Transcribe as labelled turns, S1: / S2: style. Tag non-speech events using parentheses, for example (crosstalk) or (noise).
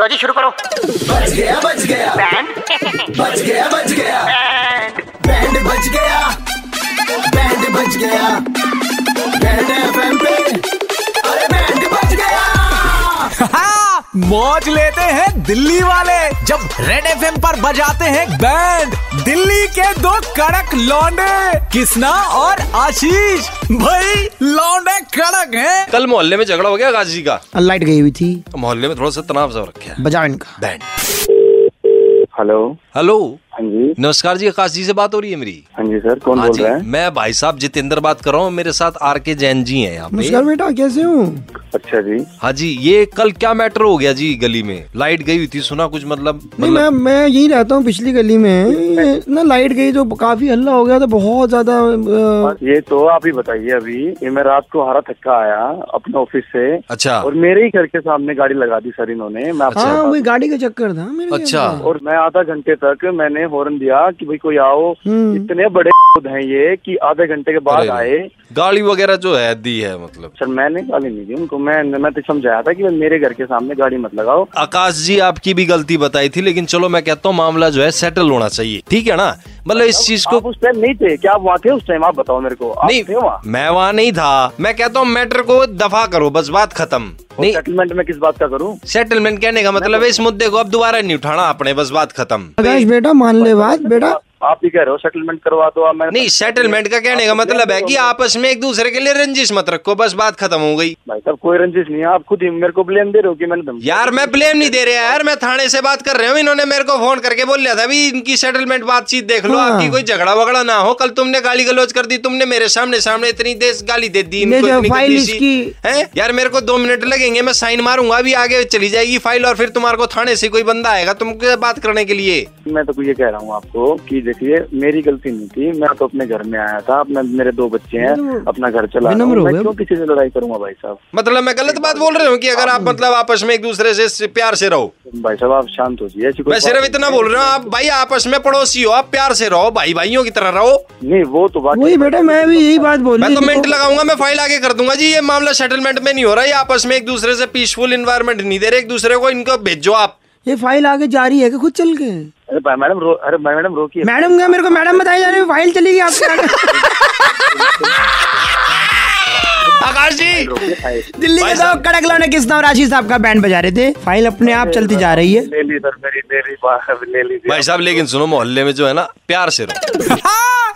S1: लो जी शुरू करो
S2: बच गया बच गया
S1: (laughs) बैंड
S2: बच गया बच गया बैंड बच गया बैंड बच गया बैंड एफएम पे अरे बैंड बच गया
S3: हाँ, मौज लेते हैं दिल्ली वाले जब रेड एफ पर बजाते हैं बैंड दिल्ली के दो कड़क लौंडे किसना और आशीष भाई लौंडे कड़क हैं
S4: कल मोहल्ले में झगड़ा हो गया गाजी जी का
S5: लाइट गई हुई थी
S4: मोहल्ले में थोड़ा सा तनाव जब रखा है
S5: बजाओ इनका
S4: बैंड
S6: हेलो
S4: हेलो
S6: हाँ जी
S4: नमस्कार जी आकाश जी से बात हो रही है मेरी
S6: हाँ जी सर कौन
S4: हाँ
S6: बोल
S4: जी
S6: रहा है
S4: मैं भाई साहब जितेंद्र बात कर रहा हूँ मेरे साथ आर के जैन जी हैं यहाँ
S5: नमस्कार
S4: पे
S5: बेटा कैसे हूँ
S6: अच्छा जी
S4: हाँ जी ये कल क्या मैटर हो गया जी गली में लाइट गई हुई थी सुना कुछ मतलब
S5: नहीं मैं मैं यही रहता हूँ पिछली गली में ना लाइट गई तो काफी हल्ला हो गया था बहुत ज्यादा अ,
S6: ये तो आप ही बताइए अभी ये मैं रात को हरा थक्का आया अपने ऑफिस से
S4: अच्छा
S6: और मेरे ही घर के सामने गाड़ी लगा दी सर इन्होंने मैं आपको
S5: हाँ
S6: बता-
S5: वही गाड़ी का चक्कर था मेरे लिए।
S4: अच्छा।
S6: और मैं आधा घंटे तक मैंने हॉर्न दिया कि भाई कोई आओ
S5: हम्म।
S6: इतने बड़े हैं ये कि आधे घंटे के बाद
S4: अरे।
S6: आए
S4: गाड़ी वगैरह जो है दी है मतलब
S6: सर मैंने गाली नहीं दी उनको मैं मैं तो समझाया था कि भाई मेरे घर के सामने गाड़ी मत लगाओ
S4: आकाश जी आपकी भी गलती बताई थी लेकिन चलो मैं कहता हूँ मामला जो है सेटल होना चाहिए ठीक है ना मतलब इस चीज को
S6: आप उस टाइम नहीं थे क्या आप वहाँ थे उस टाइम आप बताओ मेरे को आप थे वहाँ
S4: नहीं मैं वहाँ नहीं था मैं कहता हूँ मैटर को दफा करो बस बात खत्म नहीं
S6: सेटलमेंट में किस बात का करूँ
S4: सेटलमेंट कहने का मतलब है
S6: तो-
S4: इस मुद्दे को अब दोबारा नहीं उठाना आपने बस बात खत्म
S5: आकाश बेटा मान ले बात बेटा
S6: आप ही कह रहे हो सेटलमेंट करवा दो आप मैंने
S4: नहीं सेटलमेंट का कहने का
S6: तो- आप-
S4: मतलब है कि आपस में एक दूसरे के लिए रंजिश मत रखो बस बात खत्म हो गई
S6: भाई साहब कोई रंजिश नहीं है आप खुद ही मेरे को ब्लेम दे रहे हो कि मैंने धमकी
S4: यार मैं ब्लेम नहीं दे रहा यार मैं थाने से बात कर रहा हूँ इन्होंने मेरे को फोन करके बोल लिया था भी इनकी सेटलमेंट बातचीत देख लो
S5: हाँ।
S4: आपकी कोई झगड़ा वगड़ा ना हो कल तुमने गाली गलौज कर दी तुमने मेरे सामने सामने इतनी देश गाली दे दी इनको,
S5: ये जो
S4: इतनी
S5: फाइल
S4: गंदी सी।
S5: इसकी-
S4: हैं? यार मेरे को दो मिनट लगेंगे मैं साइन मारूंगा अभी आगे चली जाएगी फाइल और फिर तुम्हारे को थाने से कोई बंदा आएगा तुमको बात करने के लिए
S6: मैं तो ये कह रहा हूँ आपको कि देखिए मेरी गलती नहीं थी मैं तो अपने घर में आया था अपने मेरे दो बच्चे हैं अपना घर चला रहा
S5: विनम्र
S6: हूँ
S5: हो
S6: मैं
S5: गए।
S6: क्यों किसी से लड़ाई करूंगा भाई साहब
S4: मतलब मैं गलत बात बोल रहा हूँ कि अगर आप मतलब आपस में एक दूसरे से- से प्यार से रहो
S6: भाई साहब आप शांत हो जाइए ऐसी कोई
S4: मैं
S6: बात
S4: सिर्फ
S6: नहीं
S4: इतना
S6: है।
S4: बोल रहा हूँ आप भाई आपस में पड़ोसी हो आप प्यार से रहो भाई भाइयों की तरह रहो
S6: नहीं वो तो बात
S5: वही बेटा मैं भी यही बात बोल
S4: मैं
S5: रही
S4: तो मिनट लगाऊंगा मैं फाइल आगे कर दूंगा जी ये मामला सेटलमेंट में नहीं हो रहा है ये आपस में एक दूसरे से पीसफुल इन्वायरमेंट नहीं दे रहे एक दूसरे को इनको भेजो आप
S5: ये फाइल आगे जारी है कि खुद चल के
S6: अरे भाई मैडम रो- अरे भाई मैडम रोकिए
S5: मैडम का मेरे को मैडम बताई जा रही है फाइल चली गई आपके
S4: (laughs)
S5: आगे।
S4: आकाश जी
S6: रोकिए भाई।
S5: दिल्ली के
S4: भाई
S5: दो
S4: साहब।
S5: कड़क लौंडे किसना और आशीष साहब का बैंड बजा रहे थे फाइल अपने आप चलती जा रही है
S6: ले ली सर मेरी ले ली बात ले लीजिए
S4: भाई साहब लेकिन सुनो मोहल्ले में जो है ना प्यार से रहो
S3: हाँ,